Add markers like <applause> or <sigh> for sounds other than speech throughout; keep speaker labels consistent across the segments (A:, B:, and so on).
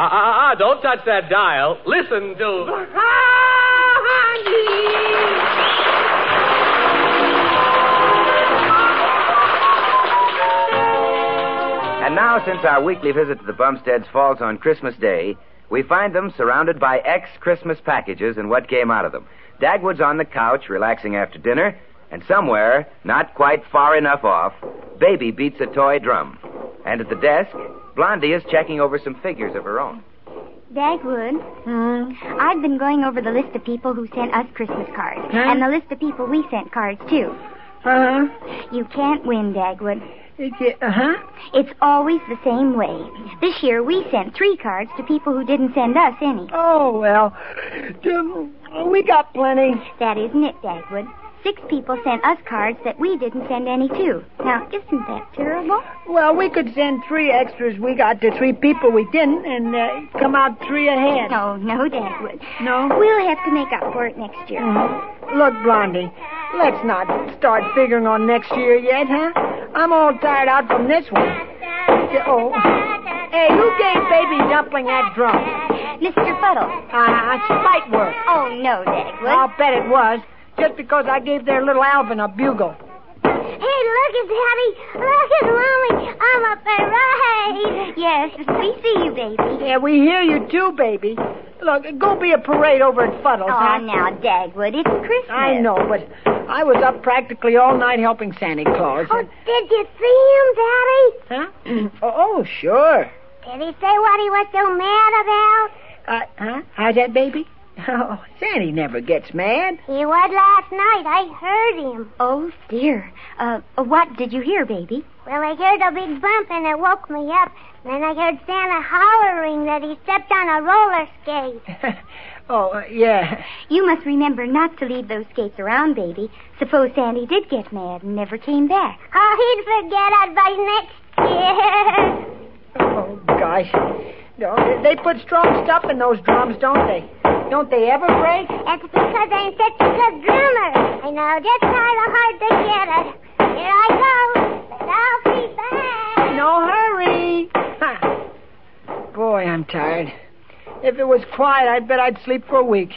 A: Ah, ah, ah, ah, don't touch that dial. Listen to.
B: And now, since our weekly visit to the Bumsteads falls on Christmas Day, we find them surrounded by ex Christmas packages and what came out of them. Dagwood's on the couch, relaxing after dinner, and somewhere, not quite far enough off, Baby beats a toy drum. And at the desk, Blondie is checking over some figures of her own.
C: Dagwood,
D: Hmm?
C: I've been going over the list of people who sent us Christmas cards. And the list of people we sent cards to.
D: Uh-huh.
C: You can't win, Dagwood.
D: It's- Uh-huh.
C: It's always the same way. This year we sent three cards to people who didn't send us any.
D: Oh, well. Um, We got plenty.
C: That isn't it, Dagwood. Six people sent us cards that we didn't send any to. Now, isn't that terrible?
D: Well, we could send three extras we got to three people we didn't and uh, come out three ahead.
C: No, no, Dagwood.
D: No? Hmm.
C: We'll have to make up for it next year.
D: Look, Blondie, let's not start figuring on next year yet, huh? I'm all tired out from this one. Oh. Hey, who gave Baby Dumpling that drum?
C: Mr. Fuddle.
D: Ah, it's spite work.
C: Oh, no, Dagwood.
D: I'll bet it was, just because I gave their little Alvin a bugle.
C: Hey, look, it's Daddy. Look, it's Mommy. I'm a parade. Yes, we see you, baby.
D: Yeah, we hear you too, baby. Look, go be a parade over at Fuddle's,
C: Oh,
D: huh?
C: now, Dagwood, it's Christmas.
D: I know, but I was up practically all night helping Santa Claus.
C: Oh, did you see him, Daddy?
D: Huh? <clears throat> oh, sure.
C: Did he say what he was so mad about?
D: Uh, huh? How's that, baby? <laughs> Oh, Sandy never gets mad.
C: He was last night. I heard him. Oh, dear. Uh, what did you hear, baby? Well, I heard a big bump and it woke me up. Then I heard Santa hollering that he stepped on a roller skate.
D: oh, uh, yeah.
C: You must remember not to leave those skates around, baby. Suppose Sandy did get mad and never came back. Oh, he'd forget it by next year.
D: Oh, gosh. No, they put strong stuff in those drums, don't they? Don't they ever break?
C: That's because I'm such a good drummer. I know just how hard to get it. Here I go, but I'll be back.
D: No hurry. Huh. Boy, I'm tired. If it was quiet, I bet I'd sleep for a week.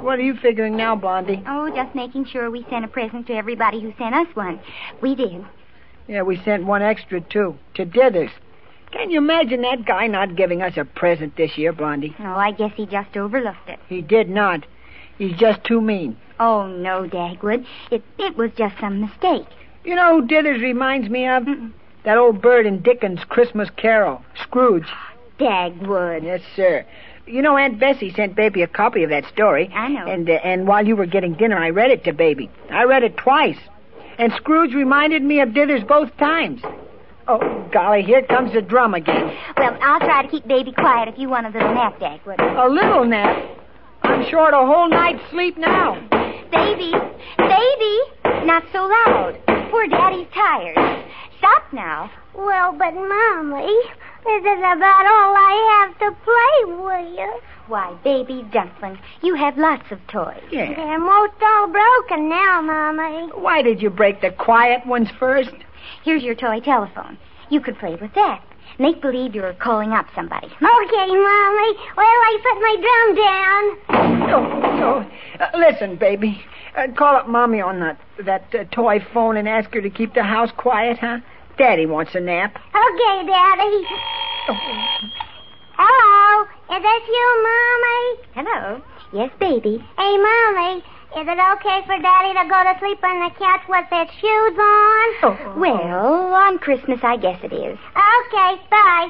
D: What are you figuring now, Blondie?
C: Oh, just making sure we sent a present to everybody who sent us one. We did.
D: Yeah, we sent one extra, too, to Dithers. Can you imagine that guy not giving us a present this year, Blondie?
C: Oh, I guess he just overlooked it.
D: He did not. He's just too mean.
C: Oh, no, Dagwood. It, it was just some mistake.
D: You know who Dithers reminds me of? That old bird in Dickens' Christmas Carol, Scrooge.
C: Ah, Dagwood.
D: Yes, sir. You know, Aunt Bessie sent Baby a copy of that story.
C: I know.
D: And uh, and while you were getting dinner, I read it to Baby. I read it twice, and Scrooge reminded me of Dithers both times. Oh, golly, here comes the drum again.
C: Well, I'll try to keep Baby quiet if you want a little nap, Dagwood.
D: A little nap. I'm short a whole night's sleep now.
C: Baby, baby, not so loud. Poor Daddy's tired. Stop now. Well, but Mommy, this is about all I have to play with. Why, baby dumpling, you have lots of toys.
D: Yeah.
C: They're most all broken now, Mommy.
D: Why did you break the quiet ones first?
C: Here's your toy telephone. You could play with that. Make believe you're calling up somebody. Okay, Mommy. Well, I put my drum down.
D: No, no. Uh, listen, baby. Uh, call up Mommy on that, that uh, toy phone and ask her to keep the house quiet, huh? Daddy wants a nap.
C: Okay, Daddy. Hello?
E: Is this you, Mommy?
C: Hello.
E: Yes, baby. Hey, Mommy, is it okay for Daddy to go to sleep on the couch with his shoes on?
C: Oh. Well, on Christmas, I guess it is.
E: Okay, bye.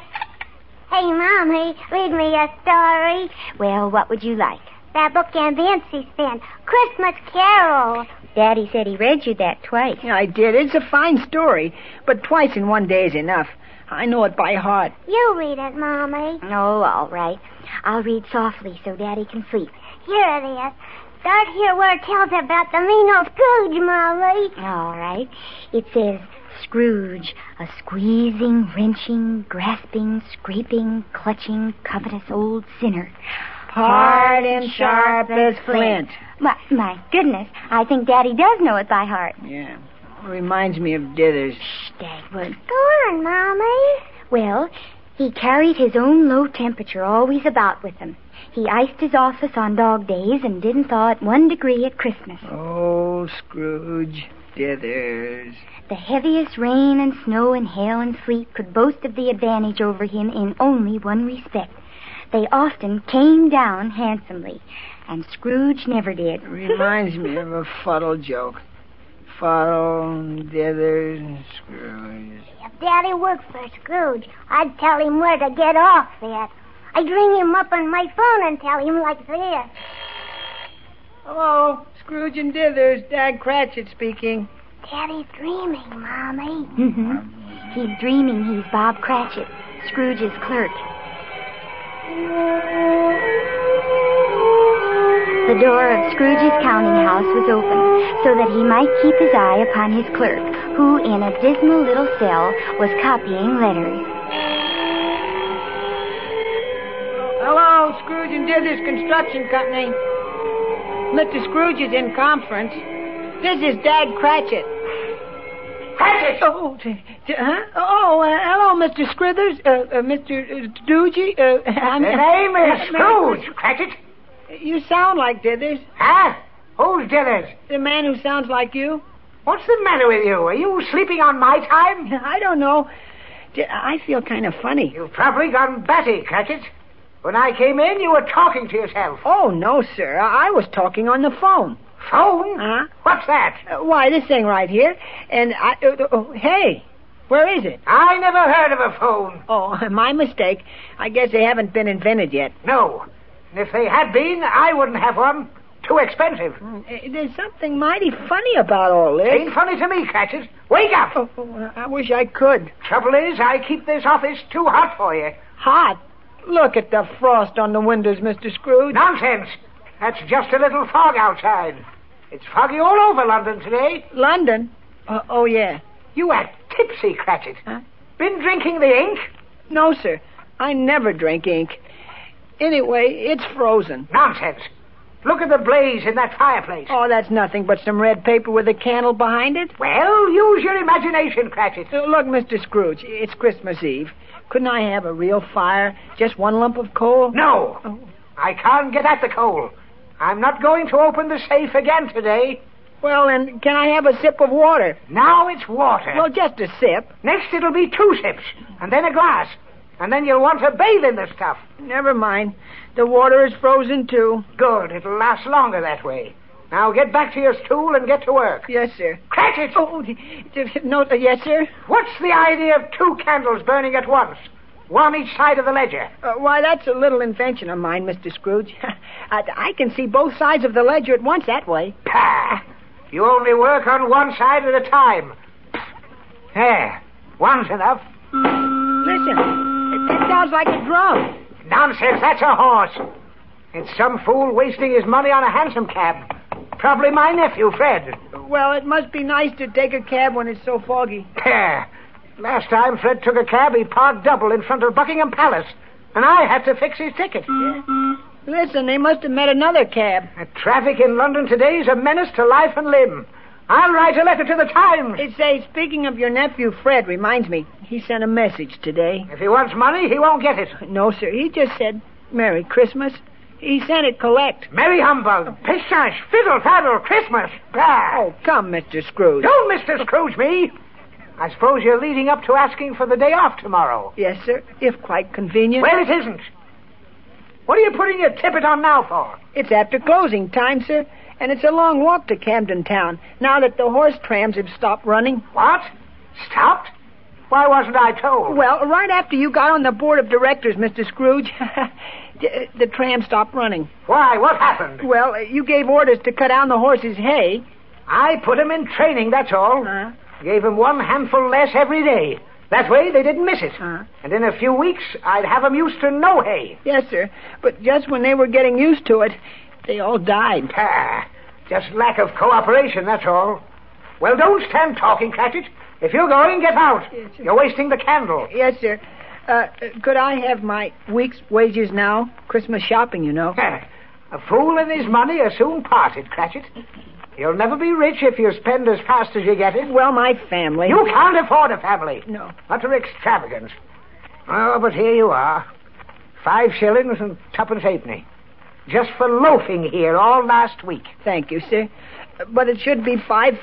E: Hey, Mommy, read me a story.
C: Well, what would you like?
E: That book can be Vincey's fan, Christmas Carol.
C: Daddy said he read you that twice.
D: I did. It's a fine story, but twice in one day is enough. I know it by heart.
E: You read it, Mommy.
C: Oh, all right. I'll read softly so Daddy can sleep.
E: Here it is. Start here where it tells about the mean old Scrooge, Molly.
C: All right. It says Scrooge, a squeezing, wrenching, grasping, scraping, clutching, covetous old sinner.
D: Hard and sharp as flint.
C: My, my goodness, I think Daddy does know it by heart.
D: Yeah. Reminds me of Dithers.
C: Shh, Dagwood.
E: Go on, Mommy.
C: Well, he carried his own low temperature always about with him. He iced his office on dog days and didn't thaw it one degree at Christmas.
D: Old Scrooge Dithers.
C: The heaviest rain and snow and hail and sleet could boast of the advantage over him in only one respect. They often came down handsomely, and Scrooge
E: <laughs>
C: never did.
D: Reminds me of a fuddle joke. Fuddle, Dithers, and Scrooge.
E: If Daddy worked for Scrooge, I'd tell him where to get off at. I'd ring him up on my phone and tell him like this.
D: Hello, Scrooge and Dithers. Dag Cratchit speaking.
E: Daddy's dreaming, Mommy.
D: Mm-hmm.
C: Mhm. He's dreaming he's Bob Cratchit, Scrooge's clerk. The door of Scrooge's counting house was open, so that he might keep his eye upon his clerk, who, in a dismal little cell, was copying letters.
D: Hello, Scrooge and Dithers Construction Company. Mr. Scrooge is in conference. This is Dag Cratchit. Cratchit! Oh, t- t- huh? Oh, uh, hello, Mr. Scrithers, uh, uh, Mr. Uh, Doogee. Uh, <laughs> I'm,
F: The name is Scrooge, Cratchit.
D: You sound like Dithers,
F: Huh? Who's Dillard?
D: the man who sounds like you.
F: What's the matter with you? Are you sleeping on my time?
D: <laughs> I don't know. D- I feel kind of funny.
F: You've probably gone batty, Cratchit. When I came in, you were talking to yourself.
D: Oh, no, sir. I I was talking on the phone.
F: Phone?
D: Huh?
F: What's that?
D: Uh, why, this thing right here. And I. Uh, oh, hey, where is it?
F: I never heard of a phone.
D: Oh, <laughs> my mistake. I guess they haven't been invented yet.
F: No. And if they had been, I wouldn't have one. Too expensive.
D: Uh, There's something mighty funny about all this.
F: Ain't funny to me, Cratchit. Wake up!
D: Oh, oh, I wish I could.
F: Trouble is, I keep this office too hot for you.
D: Hot. Look at the frost on the windows, Mr. Scrooge.
F: Nonsense. That's just a little fog outside. It's foggy all over London today.
D: London. Uh, oh, yeah.
F: You act tipsy, Cratchit.
D: Huh?
F: Been drinking the ink?
D: No, sir. I never drink ink. Anyway, it's frozen.
F: Nonsense. Look at the blaze in that fireplace.
D: Oh, that's nothing but some red paper with a candle behind it.
F: Well, use your imagination, Cratchit.
D: Uh, Look, Mr. Scrooge, it's Christmas Eve. Couldn't I have a real fire? Just one lump of coal?
F: No.
D: Oh.
F: I can't get at the coal. I'm not going to open the safe again today.
D: Well, then, can I have a sip of water?
F: Now it's water.
D: Well, just a sip.
F: Next it'll be two sips, and then a glass. And then you'll want to bathe in the stuff.
D: Never mind. The water is frozen, too.
F: Good. It'll last longer that way. Now get back to your stool and get to work.
D: Yes, sir.
F: Cratchit!
D: Oh, <laughs> d- d- no, uh, yes, sir?
F: What's the idea of two candles burning at once? One each side of the ledger.
D: Uh, why, that's a little invention of mine, Mr. Scrooge. <laughs> I, I can see both sides of the ledger at once that way. <laughs>
F: Pah! You only work on one side at a time. There. One's enough.
D: Listen, it- that sounds like a drum.
F: Nonsense, that's a horse. It's some fool wasting his money on a hansom cab. Probably my nephew, Fred.
D: Well, it must be nice to take a cab when it's so foggy.
F: Pah! Last time Fred took a cab, he parked double in front of Buckingham Palace, and I had to fix his ticket.
D: Listen, they must have met another cab.
F: The traffic in London today is a menace to life and limb. I'll write a letter to the Times.
D: It says, speaking of your nephew, Fred, reminds me, he sent a message today.
F: If he wants money, he won't get it.
D: No, sir, he just said, Merry Christmas. He sent it collect.
F: Merry humbug, pistache, fiddle faddle, Christmas. Pah!
D: Oh, come, Mr. Scrooge.
F: Don't, Mr. Scrooge, me. I suppose you're leading up to asking for the day off tomorrow.
D: Yes, sir, if quite convenient.
F: Well, it isn't. What are you putting your tippet on now for?
D: It's after closing time, sir, and it's a long walk to Camden Town now that the horse trams have stopped running.
F: What? Stopped? Why wasn't I told?
D: Well, right after you got on the board of directors, Mr. Scrooge, <laughs> the the tram stopped running.
F: Why? What happened?
D: Well, you gave orders to cut down the horses' hay. Uh-huh.
F: I put 'em in training, that's all. Gave 'em one handful less every day. That way they didn't miss it.
D: Uh-huh.
F: And in a few weeks, I'd have 'em used to no hay.
D: Yes, sir. But just when they were getting used to it, they all died.
F: Ah, just lack of cooperation, that's all. Well, don't stand talking, Cratchit. If you're going, get out. You're wasting the candle.
D: Yes, sir. Uh, could I have my week's wages now? Christmas shopping, you know.
F: <laughs> a fool and his money are soon parted, Cratchit. You'll never be rich if you spend as fast as you get it.
D: Well, my family.
F: You can't afford a family.
D: No.
F: Utter extravagance. Oh, but here you are. Five shillings and twopence halfpenny. Just for loafing here all last week.
D: Thank you, sir. But it should be five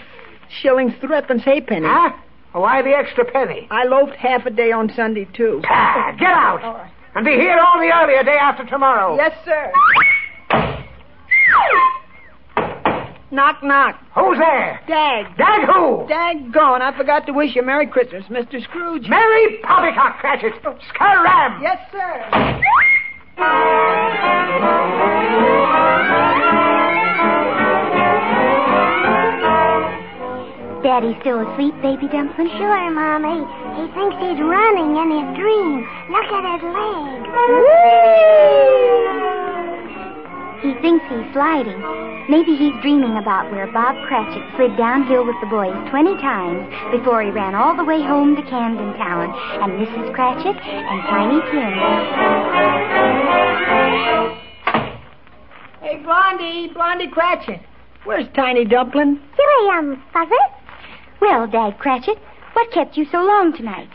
D: shillings threepence halfpenny.
F: Huh? Why the extra penny?
D: I loafed half a day on Sunday, too.
F: Ah, get out! And be here all the earlier day after tomorrow.
D: Yes, sir. knock, knock.
F: Who's there?
D: Dag.
F: Dag who?
D: Daggone, I forgot to wish you Merry Christmas, Mr. Scrooge. Oh.
F: Mary Poppycock Cratchit. Scaram!
D: yes, sir.
E: Daddy's still asleep, baby dumpling? Sure, Mommy. He thinks he's running in his dream. Look at his legs.
C: He thinks he's sliding. Maybe he's dreaming about where Bob Cratchit slid downhill with the boys 20 times before he ran all the way home to Camden Town and Mrs. Cratchit and Tiny Tim.
D: Hey, Blondie, Blondie Cratchit. Where's Tiny Dumpling?
E: Here I am, Father.
C: Well, Dad Cratchit, what kept you so long tonight?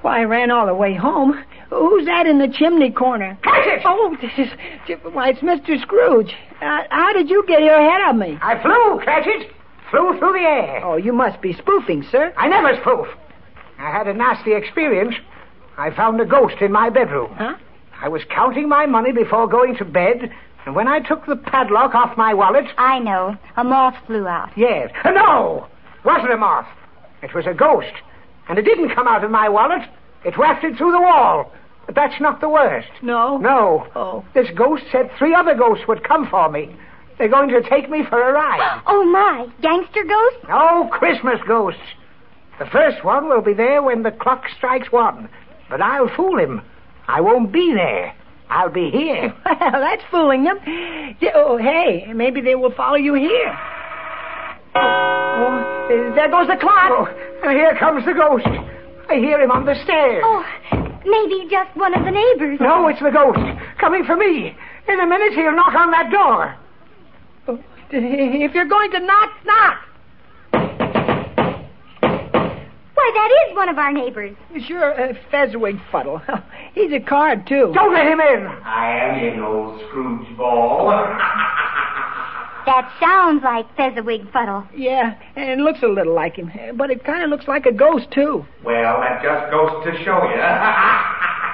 D: Why, I ran all the way home. Who's that in the chimney corner?
F: Cratchit!
D: Oh, this is, why, it's Mr. Scrooge. Uh, how did you get here ahead of me?
F: I flew, Cratchit. Flew through the air.
D: Oh, you must be spoofing, sir.
F: I never spoof. I had a nasty experience. I found a ghost in my bedroom.
D: Huh?
F: I was counting my money before going to bed, and when I took the padlock off my wallet,
C: I know. A moth flew out.
F: yes, Uh, no, wasn't a moth. It was a ghost, and it didn't come out of my wallet. It wafted through the wall. But that's not the worst.
D: No?
F: No.
D: Oh.
F: This ghost said three other ghosts would come for me. They're going to take me for a ride.
C: Oh, my. Gangster ghost?
F: No Christmas ghosts. The first one will be there when the clock strikes one. But I'll fool him. I won't be there. I'll be here.
D: <laughs> Well, that's fooling them. Yeah, Oh, hey, maybe they will follow you here. Oh, there goes the clock.
F: Oh, and here comes the ghost. I hear him on the stairs.
C: Oh, maybe just one of the neighbors.
F: No, Oh, it's the ghost. Coming for me. In a minute, he'll knock on that door.
D: Oh, If you're going to knock, knock.
C: Why, that is one of our neighbors.
D: Sure, uh, Fezziwig Fuddle. <laughs> He's a card, too.
F: Don't let him in.
G: I am in, old Scroogeball.
C: That sounds like Fezziwig Fuddle.
D: <laughs> Yeah, and looks a little like him, but it kind of looks like a ghost, too.
G: well, that just goes to show you. <laughs>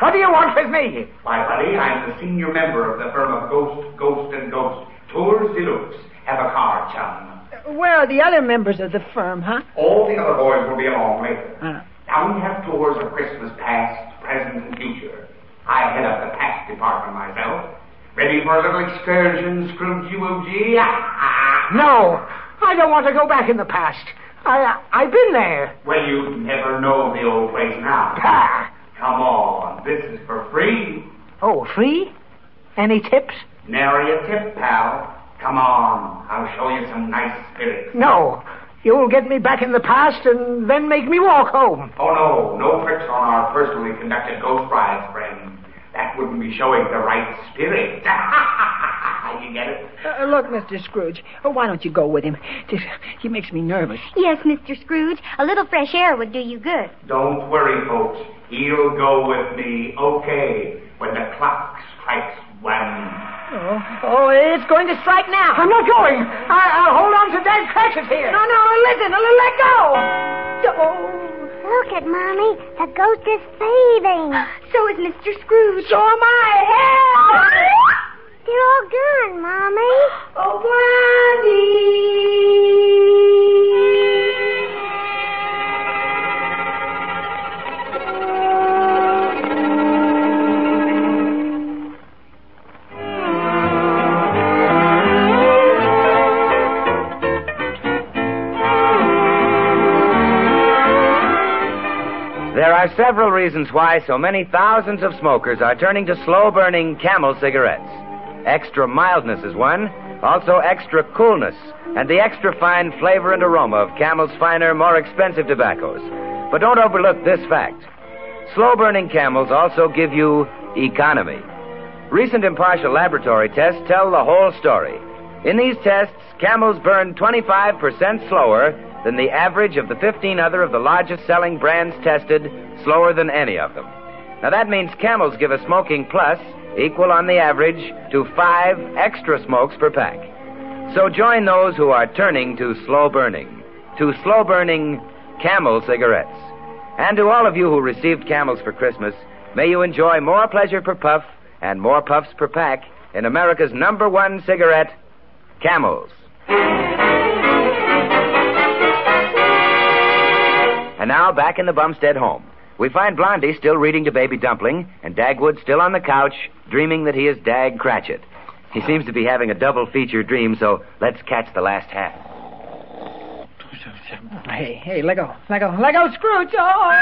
F: What do you want with me?
G: My buddy, I'm the senior member of the firm of Ghost, Ghost, and Ghost. Tours Deluxe. Have a car, chum.
D: Where are the other members of the firm, huh?
F: Uh-huh.
G: All the other boys will be along later.
D: Uh.
G: Now we have tours of Christmas past, present, and future. I head up the past department myself. Ready for a little excursion, Scrooge <laughs> UOG?
F: No, I don't want to go back in the past. I, uh, I've been there.
G: Well, you never know the old place now.
F: Ah.
G: Come on, this is for free.
F: Oh, free? Any tips?
G: Nary a tip, pal. Come on, I'll show you some nice spirits.
F: No. You'll get me back in the past and then make me walk home.
G: Oh no, no tricks on our personally conducted ghost rides, friend. That wouldn't be showing the right spirit. <laughs> you get it?
D: Uh, look, Mr. Scrooge, oh, why don't you go with him? Just, he makes me nervous.
C: Yes, Mr. Scrooge, a little fresh air would do you good.
G: Don't worry, folks. He'll go with me, okay, when the clock strikes one.
D: Oh, oh it's going to strike now.
F: I'm not going. I, I'll hold on to Dan Cratchit here.
D: No, no, listen, let go. Oh,
E: Look at Mommy.
D: <gasps>
E: The ghost is fading.
C: So is Mr. Scrooge.
D: so am I. Help!
E: They're all gone,
D: <gasps>
E: Mommy. Oh,
B: There are several reasons why so many thousands of smokers are turning to slow burning camel cigarettes. Extra mildness is one, also extra coolness, and the extra fine flavor and aroma of camel's finer, more expensive tobaccos. But don't overlook this fact slow burning camels also give you economy. Recent impartial laboratory tests tell the whole story. In these tests, camels burn 25% slower than the average of the 15 other of the largest selling brands tested, slower than any of them. Now that means camels give a smoking plus equal on the average to five extra smokes per pack. So join those who are turning to slow burning, to slow burning camel cigarettes. And to all of you who received camels for Christmas, may you enjoy more pleasure per puff and more puffs per pack in America's number one cigarette, camels. And now back in the Bumstead home, we find Blondie still reading to Baby Dumpling and Dagwood still on the couch, dreaming that he is Dag Cratchit. He seems to be having a double feature dream, so let's catch the last half.
D: Hey, hey, let go, let go, let go, Scrooge! Oh!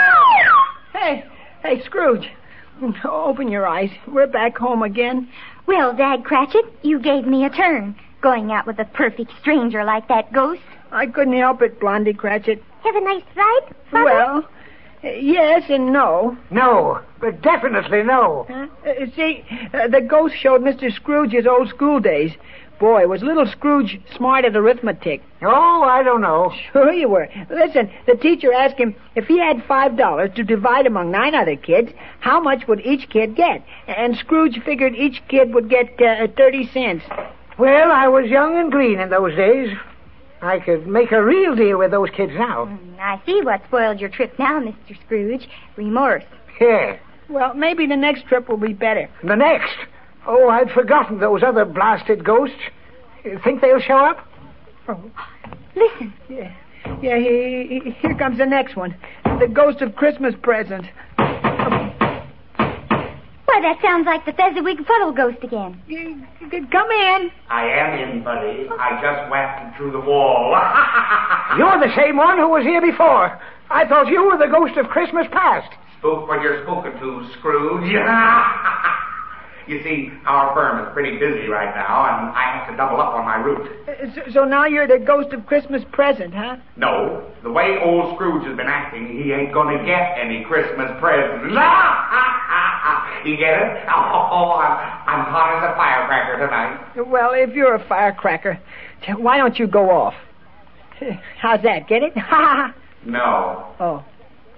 D: Hey, hey, Scrooge, open your eyes. We're back home again.
C: Well, Dag Cratchit, you gave me a turn. Going out with a perfect stranger like that ghost.
D: I couldn't help it, Blondie Cratchit.
E: Have a nice ride, Father.
D: Well, uh, yes and no.
F: No, but definitely no.
D: Huh? Uh, see, uh, the ghost showed Mr. Scrooge his old school days. Boy, was little Scrooge smart at arithmetic.
F: Oh, I don't know.
D: Sure you were. Listen, the teacher asked him if he had five dollars to divide among nine other kids, how much would each kid get? And Scrooge figured each kid would get uh, thirty cents.
F: Well, I was young and green in those days. I could make a real deal with those kids now.
C: I see what spoiled your trip now, Mr. Scrooge. Remorse.
F: Yeah.
D: Well, maybe the next trip will be better.
F: The next. Oh, I'd forgotten those other blasted ghosts. You think they'll show up?
D: Oh,
C: listen.
D: Yeah. Yeah, he, he- here comes the next one. The ghost of Christmas present.
C: Why, that sounds like the Fezziwig Fuddle ghost again.
D: Come in.
G: I am in, buddy. I just whacked through the wall. <laughs>
F: You're the same one who was here before. I thought you were the ghost of Christmas past.
G: Spook when you're spoken to, Scrooge. <laughs> you see, our firm is pretty busy right now, and I have to double up on my route.
D: Uh, So, so now you're the ghost of Christmas present, huh?
G: No, the way old Scrooge has been acting, he ain't gonna get any Christmas presents. <laughs> you get it? Oh, I'm, I'm hot as a firecracker tonight.
D: Well, if you're a firecracker, t- why don't you go off? How's that? Get it? <laughs> Ha ha.
G: No.
D: Oh.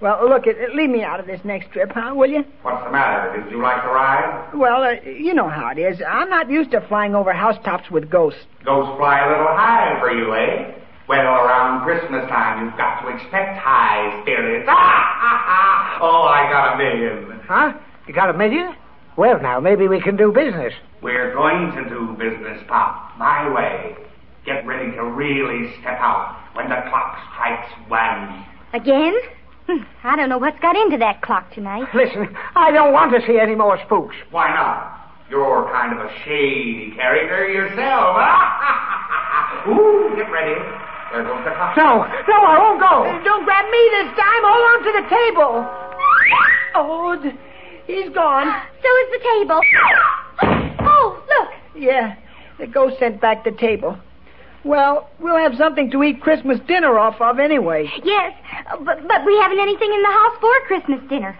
D: Well, look, it, leave me out of this next trip, huh? Will you?
G: What's the matter? Did you like the ride?
D: Well, uh, you know how it is. I'm not used to flying over housetops with ghosts.
G: Goes fly a little high for you, eh? Well, around Christmas time, you've got to expect high spirits. Ah, oh, I got a million.
F: Huh? You got a million? Well, now, maybe we can do business.
G: We're going to do business, Pop, my way. Get ready to really step out when the clock strikes one.
C: Again? Hmm, I don't know what's got into that clock tonight.
F: Listen, I don't want to see any more spooks.
G: Why not? You're kind of a shady character yourself. <laughs> Ooh, get ready. There goes the clock.
F: No, no, I won't go.
D: Don't grab me this time. Hold on to the table. Oh, d- he's gone.
C: So is the table. Oh, look.
D: Yeah, the ghost sent back the table. Well, we'll have something to eat Christmas dinner off of anyway.
C: Yes, uh, but, but we haven't anything in the house for Christmas dinner.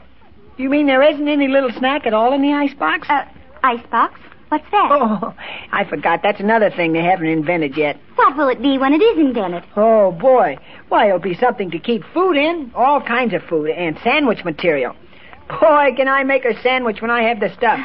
D: You mean there isn't any little snack at all in the icebox?
C: Uh, icebox? What's that?
D: oh, I forgot. That's another thing they haven't invented yet.
C: What will it be when it is invented?
D: Oh, boy. Why, it'll be something to keep food in. All kinds of food and sandwich material. Boy, can I make a sandwich when I have the stuff.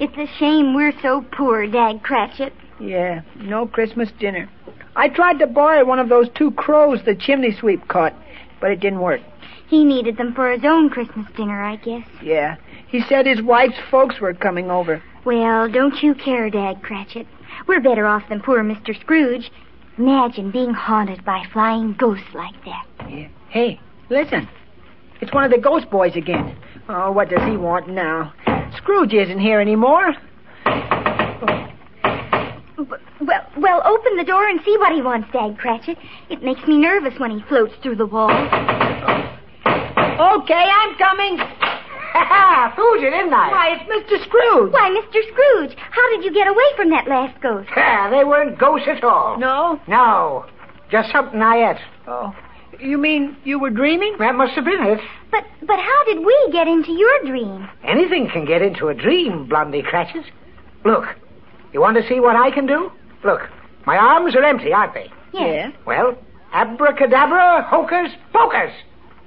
C: It's a shame we're so poor, Dag Cratchit.
D: Yeah, no Christmas dinner. I tried to borrow one of those two crows the chimney sweep caught, but it didn't work.
C: He needed them for his own Christmas dinner, I guess.
D: Yeah. He said his wife's folks were coming over.
C: Well, don't you care, Dad Cratchit. We're better off than poor Mr. Scrooge. Imagine being haunted by flying ghosts like that.
D: Hey, listen. It's one of the ghost boys again. Oh, what does he want now? Scrooge isn't here anymore.
C: Well, well, open the door and see what he wants, Dad Cratchit. It makes me nervous when he floats through the wall.
D: Okay, I'm <laughs> coming.
F: Ha Fooled you, didn't I?
D: Why, it's Mr. <laughs> Scrooge.
C: Why, Mr. Scrooge, how did you get away from that last ghost?
F: Yeah, they weren't ghosts at all.
D: No?
F: No. Just something I ate.
D: Oh. You mean you were dreaming?
F: That must have been it.
C: But but how did we get into your dream?
F: Anything can get into a dream, Blondie Cratchit. Look, you want to see what I can do? Look, my arms are empty, aren't they?
C: Yes.
F: Well, abracadabra, hocus pocus.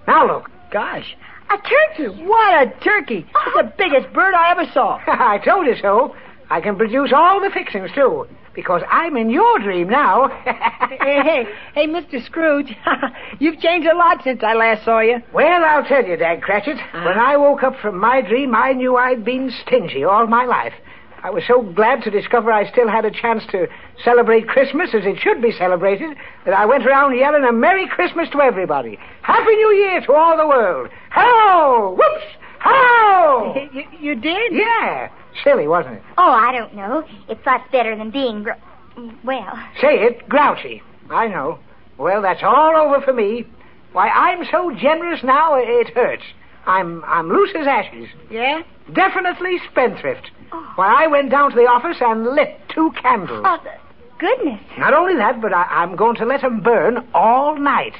F: Now look.
D: Gosh.
C: A turkey.
D: What a turkey. It's the biggest bird I ever saw.
F: <laughs> I told you so. I can produce all the fixings, too, because I'm in your dream now. <laughs>
D: hey, hey, hey, Mr. Scrooge. <laughs> You've changed a lot since I last saw you. Uh-huh.
F: Well, I'll tell you, Dad Cratchit. When I woke up from my dream, I knew I'd been stingy all my life. I was so glad to discover I still had a chance to celebrate Christmas as it should be celebrated that I went around yelling a Merry Christmas to everybody. Happy New Year to all the world. Hello! Whoops!
C: <laughs>
F: Hello!
D: You, you did?
F: yeah. Silly, wasn't it?
C: Oh, I don't know. It's lots better than being gr- well.
F: Say it, grouchy. I know. Well, that's all over for me. Why, I'm so generous now it hurts. I'm I'm loose as ashes.
D: Yeah?
F: Definitely spendthrift. Why, I went down to the office and lit two candles.
C: Oh, the- goodness.
F: Not only that, but I, I'm going to let 'em burn all night.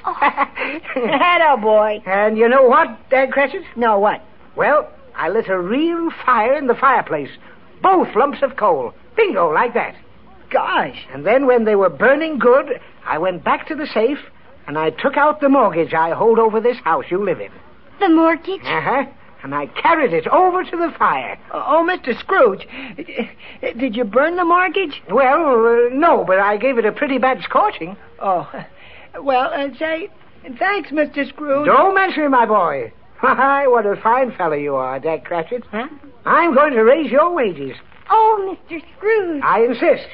D: Hello, boy.
F: <laughs> and you know what, Dad Cratchit?
D: Oh. No, what?
F: Well, I lit a real fire in the fireplace. Both lumps of coal. Bingo, like that.
D: Gosh.
F: And then when they were burning good, I went back to the safe and I took out the mortgage I hold over this house you live in.
C: The mortgage.
F: Uh huh. And I carried it over to the fire.
D: Oh, Mr. Scrooge, uh, did you burn the mortgage?
F: Well, uh, no, but I gave it a pretty bad scorching.
D: Oh, well, uh, say, thanks, Mr. Scrooge.
F: Don't mention it, my boy. Why, <laughs> what a fine fellow you are, Dad Cratchit.
D: Huh?
F: I'm going to raise your wages.
C: Oh, Mr. Scrooge.
F: I insist.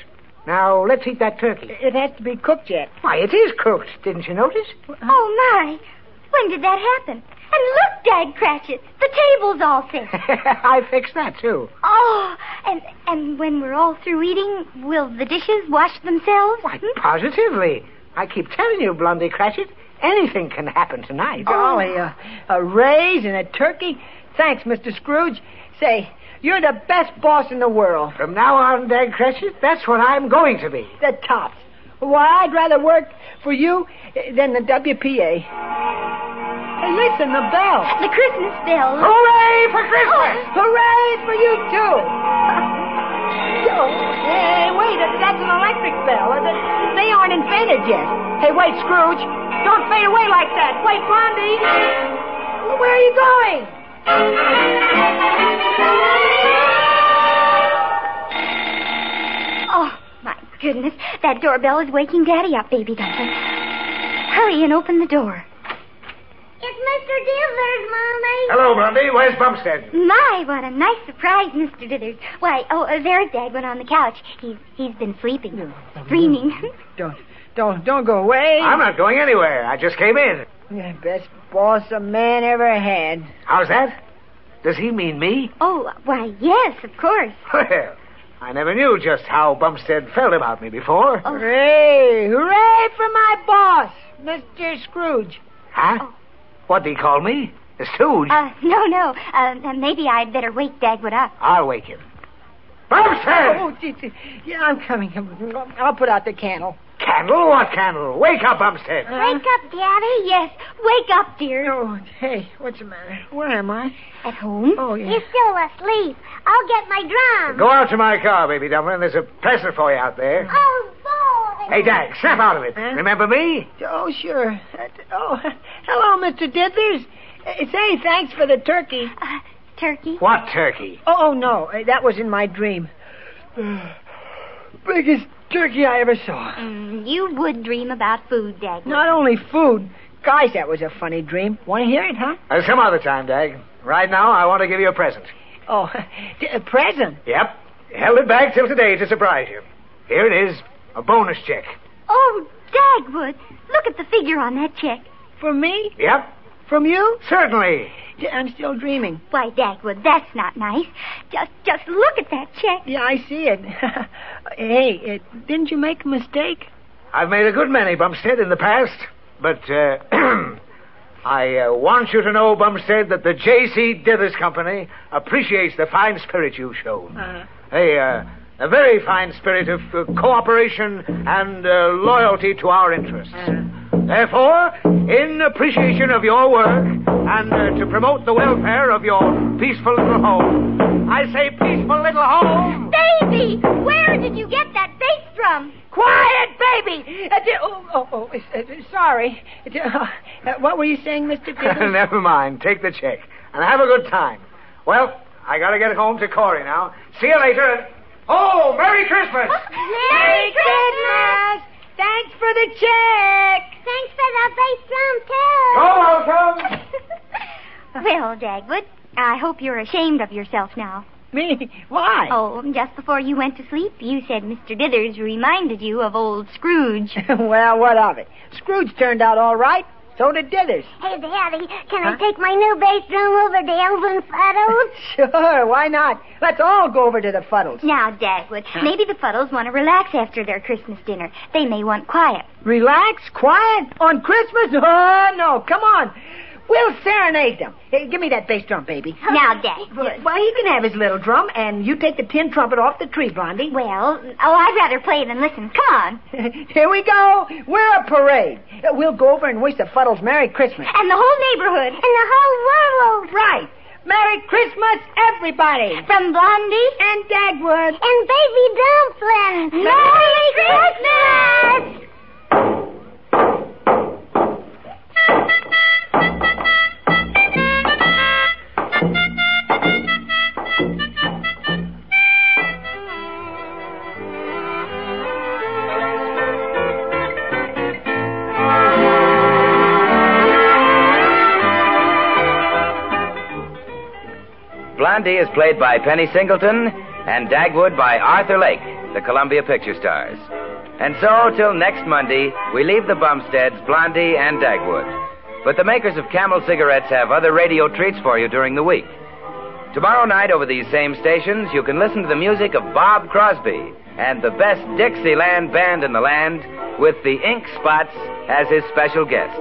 F: Now, let's eat that turkey.
D: It has to be cooked yet.
F: Why, it is cooked. Didn't you notice? <laughs>
D: Uh-huh.
C: Oh my! When did that happen? And look, Dad Cratchit, the table's all set.
F: I fixed that, too.
C: Oh, and and when we're all through eating, will the dishes wash themselves? Hmm?
F: Why, positively. I keep telling you, Blondie Cratchit, anything can happen tonight.
D: Golly, Oh, a, uh, a raise and a turkey? Thanks, Mr. Scrooge. Say, you're the best boss in the world.
F: From now on, Dad Cratchit, that's what I'm going to be.
D: The tops. Why, I'd rather work for you eh, than the WPA. Hey, listen, the bell.
C: The Christmas bell.
D: Oh!
F: Hooray for Christmas!
D: Hooray for you, too. <laughs> Yo, hey, wait, that- that's an electric bell. Uh, th- They aren't invented yet. Hey, wait, Scrooge. Don't fade away like that. Wait, Blondie. Where are you going?
C: Oh my goodness, that doorbell is waking Daddy up, baby Duncan. Hurry and open the door.
E: It's Mr. Dithers, Mommy.
G: Hello, Blondie. Where's Bumstead?
C: My, what a nice surprise, Mr. Dithers. Why, oh, uh, there's Dad went on the couch. He's he's been sleeping, dreaming.
D: Don't, don't, don't go away.
G: I'm not going anywhere. I just came in.
D: Yeah, best boss a man ever had.
G: How's that? Does he mean me?
C: <laughs> oh, why, yes, of course.
G: Well, I never knew just how Bumstead felt about me before.
D: Oh. Hooray! Hooray for my boss, Mr. Scrooge.
G: Huh? What do you call me? A stooge?
C: Uh, no, no. Uh, uh, maybe I'd better wake Dagwood up.
G: I'll wake him. Bumstead!
D: Oh, gee, gee. yeah, I'm coming. I'll put out the candle.
G: Candle? What candle? Wake up, Bumstead.
E: Wake
D: Uh,
E: up, Daddy.
C: Yes, wake up, dear.
D: oh, hey, what's the matter? Where am I?
C: At home?
D: Oh, yeah.
E: You're still asleep. I'll get my drum.
G: Go out to my car, baby Dublin. There's a present for you out there.
E: Oh, boy.
G: Hey, Dag, snap out of it.
D: Huh?
G: Remember me?
D: Oh, sure. Uh, Oh, hello, Mr. Dithers. Uh, Say, thanks for the turkey.
C: Uh, turkey?
G: What turkey?
D: Oh, oh, no, uh, that was in my dream. <sighs> Biggest turkey I ever saw.
C: Mm, you would dream about food, Dagwood.
D: Not only food. Guys, that was a funny dream. Want to hear it, huh?
G: Uh, some other time, Dag.
F: Right now, I want to give you a present.
D: Oh, <laughs> t- a present?
F: Yep. Held it back till today to surprise you. Here it is a bonus check.
C: Oh, Dagwood, look at the figure on that check.
D: For me?
F: Yep.
D: From you?
F: Certainly.
D: D- I'm still dreaming.
C: Why, Dagwood, that's not nice. Just, just look at that check.
D: Yeah, I see it. <laughs> hey, uh, didn't you make a mistake?
F: I've made a good many, Bumstead, in the past. But, uh, <clears throat> I uh, want you to know, Bumstead, that the J.C. Dithers Company appreciates the fine spirit you've shown.
D: Uh-huh.
F: They, uh, a very fine spirit of uh, cooperation and uh, loyalty to our interests. Therefore, in appreciation of your work and uh, to promote the welfare of your peaceful little home, I say peaceful little home.
E: Baby, where did you get that bass drum?
D: Quiet, baby! Uh, d- oh, oh, oh, s- uh, sorry. D- uh, what were you saying,
F: <laughs>
D: Mr. Diddles?
F: Never mind. Take the check and have a good time. Well, I gotta get home to Corey now. See you later. and- Oh, Merry Christmas!
E: Merry Christmas!
D: Thanks for the check!
E: Thanks for the bass drum, too.
F: Oh, welcome.
D: Oh.
C: <laughs> Well, Dagwood, I hope you're ashamed of yourself now.
D: <laughs> Me? Why? <laughs>
C: Oh, just before you went to sleep, you said Mr. Dithers reminded you of old Scrooge.
D: well, what of it? Scrooge turned out all right. So did Dithers.
E: Hey, Daddy, can I take my new bass drum over to Elvin Fuddles?
D: <laughs> Sure, why not? Let's all go over to the Fuddles.
C: Now, Dagwood, maybe the Fuddles want to relax after their Christmas dinner. They may want quiet.
D: Relax, quiet, on Christmas? <laughs> Oh, no, come on. We'll serenade them. Hey, give me that bass drum, baby.
C: Now, Dagwood.
D: Well, he can have his little drum, and you take the tin trumpet off the tree, Blondie.
C: Well, oh, I'd rather play than listen. Come on.
D: <laughs> Here we go. We're a parade. Uh, We'll go over and wish the Fuddles Merry Christmas.
C: And the whole neighborhood.
E: In the whole world.
D: Right. Merry Christmas, everybody.
E: From Blondie.
D: And Dagwood.
E: And Baby Dumpling. Merry Christmas!
B: Blondie is played by Penny Singleton and Dagwood by Arthur Lake, the Columbia Picture Stars. And so, till next Monday, we leave the Bumsteads, Blondie, and Dagwood. But the makers of Camel cigarettes have other radio treats for you during the week. Tomorrow night, over these same stations, you can listen to the music of Bob Crosby and the best Dixieland band in the land with the Ink Spots as his special guests.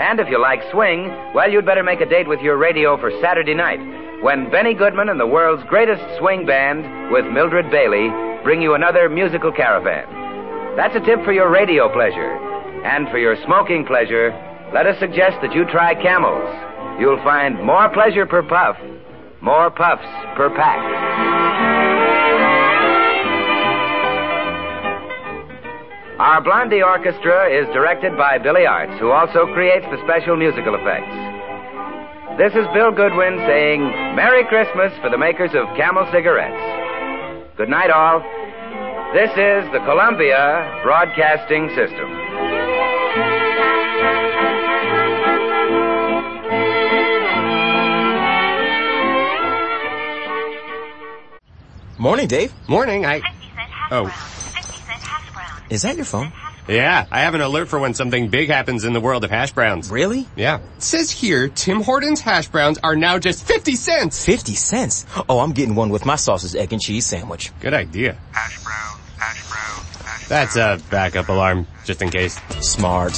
B: And if you like swing, well, you'd better make a date with your radio for Saturday night when Benny Goodman and the world's greatest swing band with Mildred Bailey bring you another musical caravan. That's a tip for your radio pleasure. And for your smoking pleasure, let us suggest that you try camels. You'll find more pleasure per puff, more puffs per pack. Our Blondie Orchestra is directed by Billy Arts, who also creates the special musical effects. This is Bill Goodwin saying Merry Christmas for the makers of Camel Cigarettes. Good night, all. This is the Columbia Broadcasting System.
H: Morning, Dave.
I: Morning. I.
H: Oh,
I: Is that your phone?
H: yeah. I have an alert for when something big happens in the world of hash browns.
I: Really?
H: Yeah. It says here, Tim Hortons hash browns are now just 50 cents.
I: 50 cents? Oh, I'm getting one with my sausage, egg, and cheese sandwich.
H: Good idea. That's a backup alarm, just in case.
I: Smart.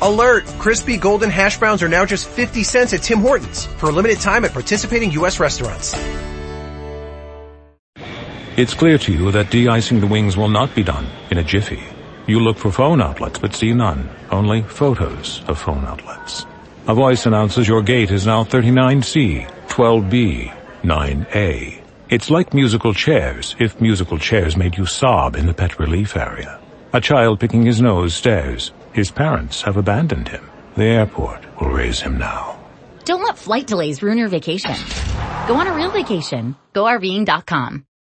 J: Alert! Crispy golden hash browns are now just 50 cents at Tim Hortons for a limited time at participating U.S. restaurants.
K: It's clear to you that de-icing the wings will not be done in a jiffy. You look for phone outlets but see none, only photos of phone outlets. A voice announces your gate is now 39C, 12B, 9A. It's like musical chairs, if musical chairs made you sob in the pet relief area. A child picking his nose stares. His parents have abandoned him. The airport will raise him now.
L: Don't let flight delays ruin your vacation. Go on a real vacation. GoRVing.com.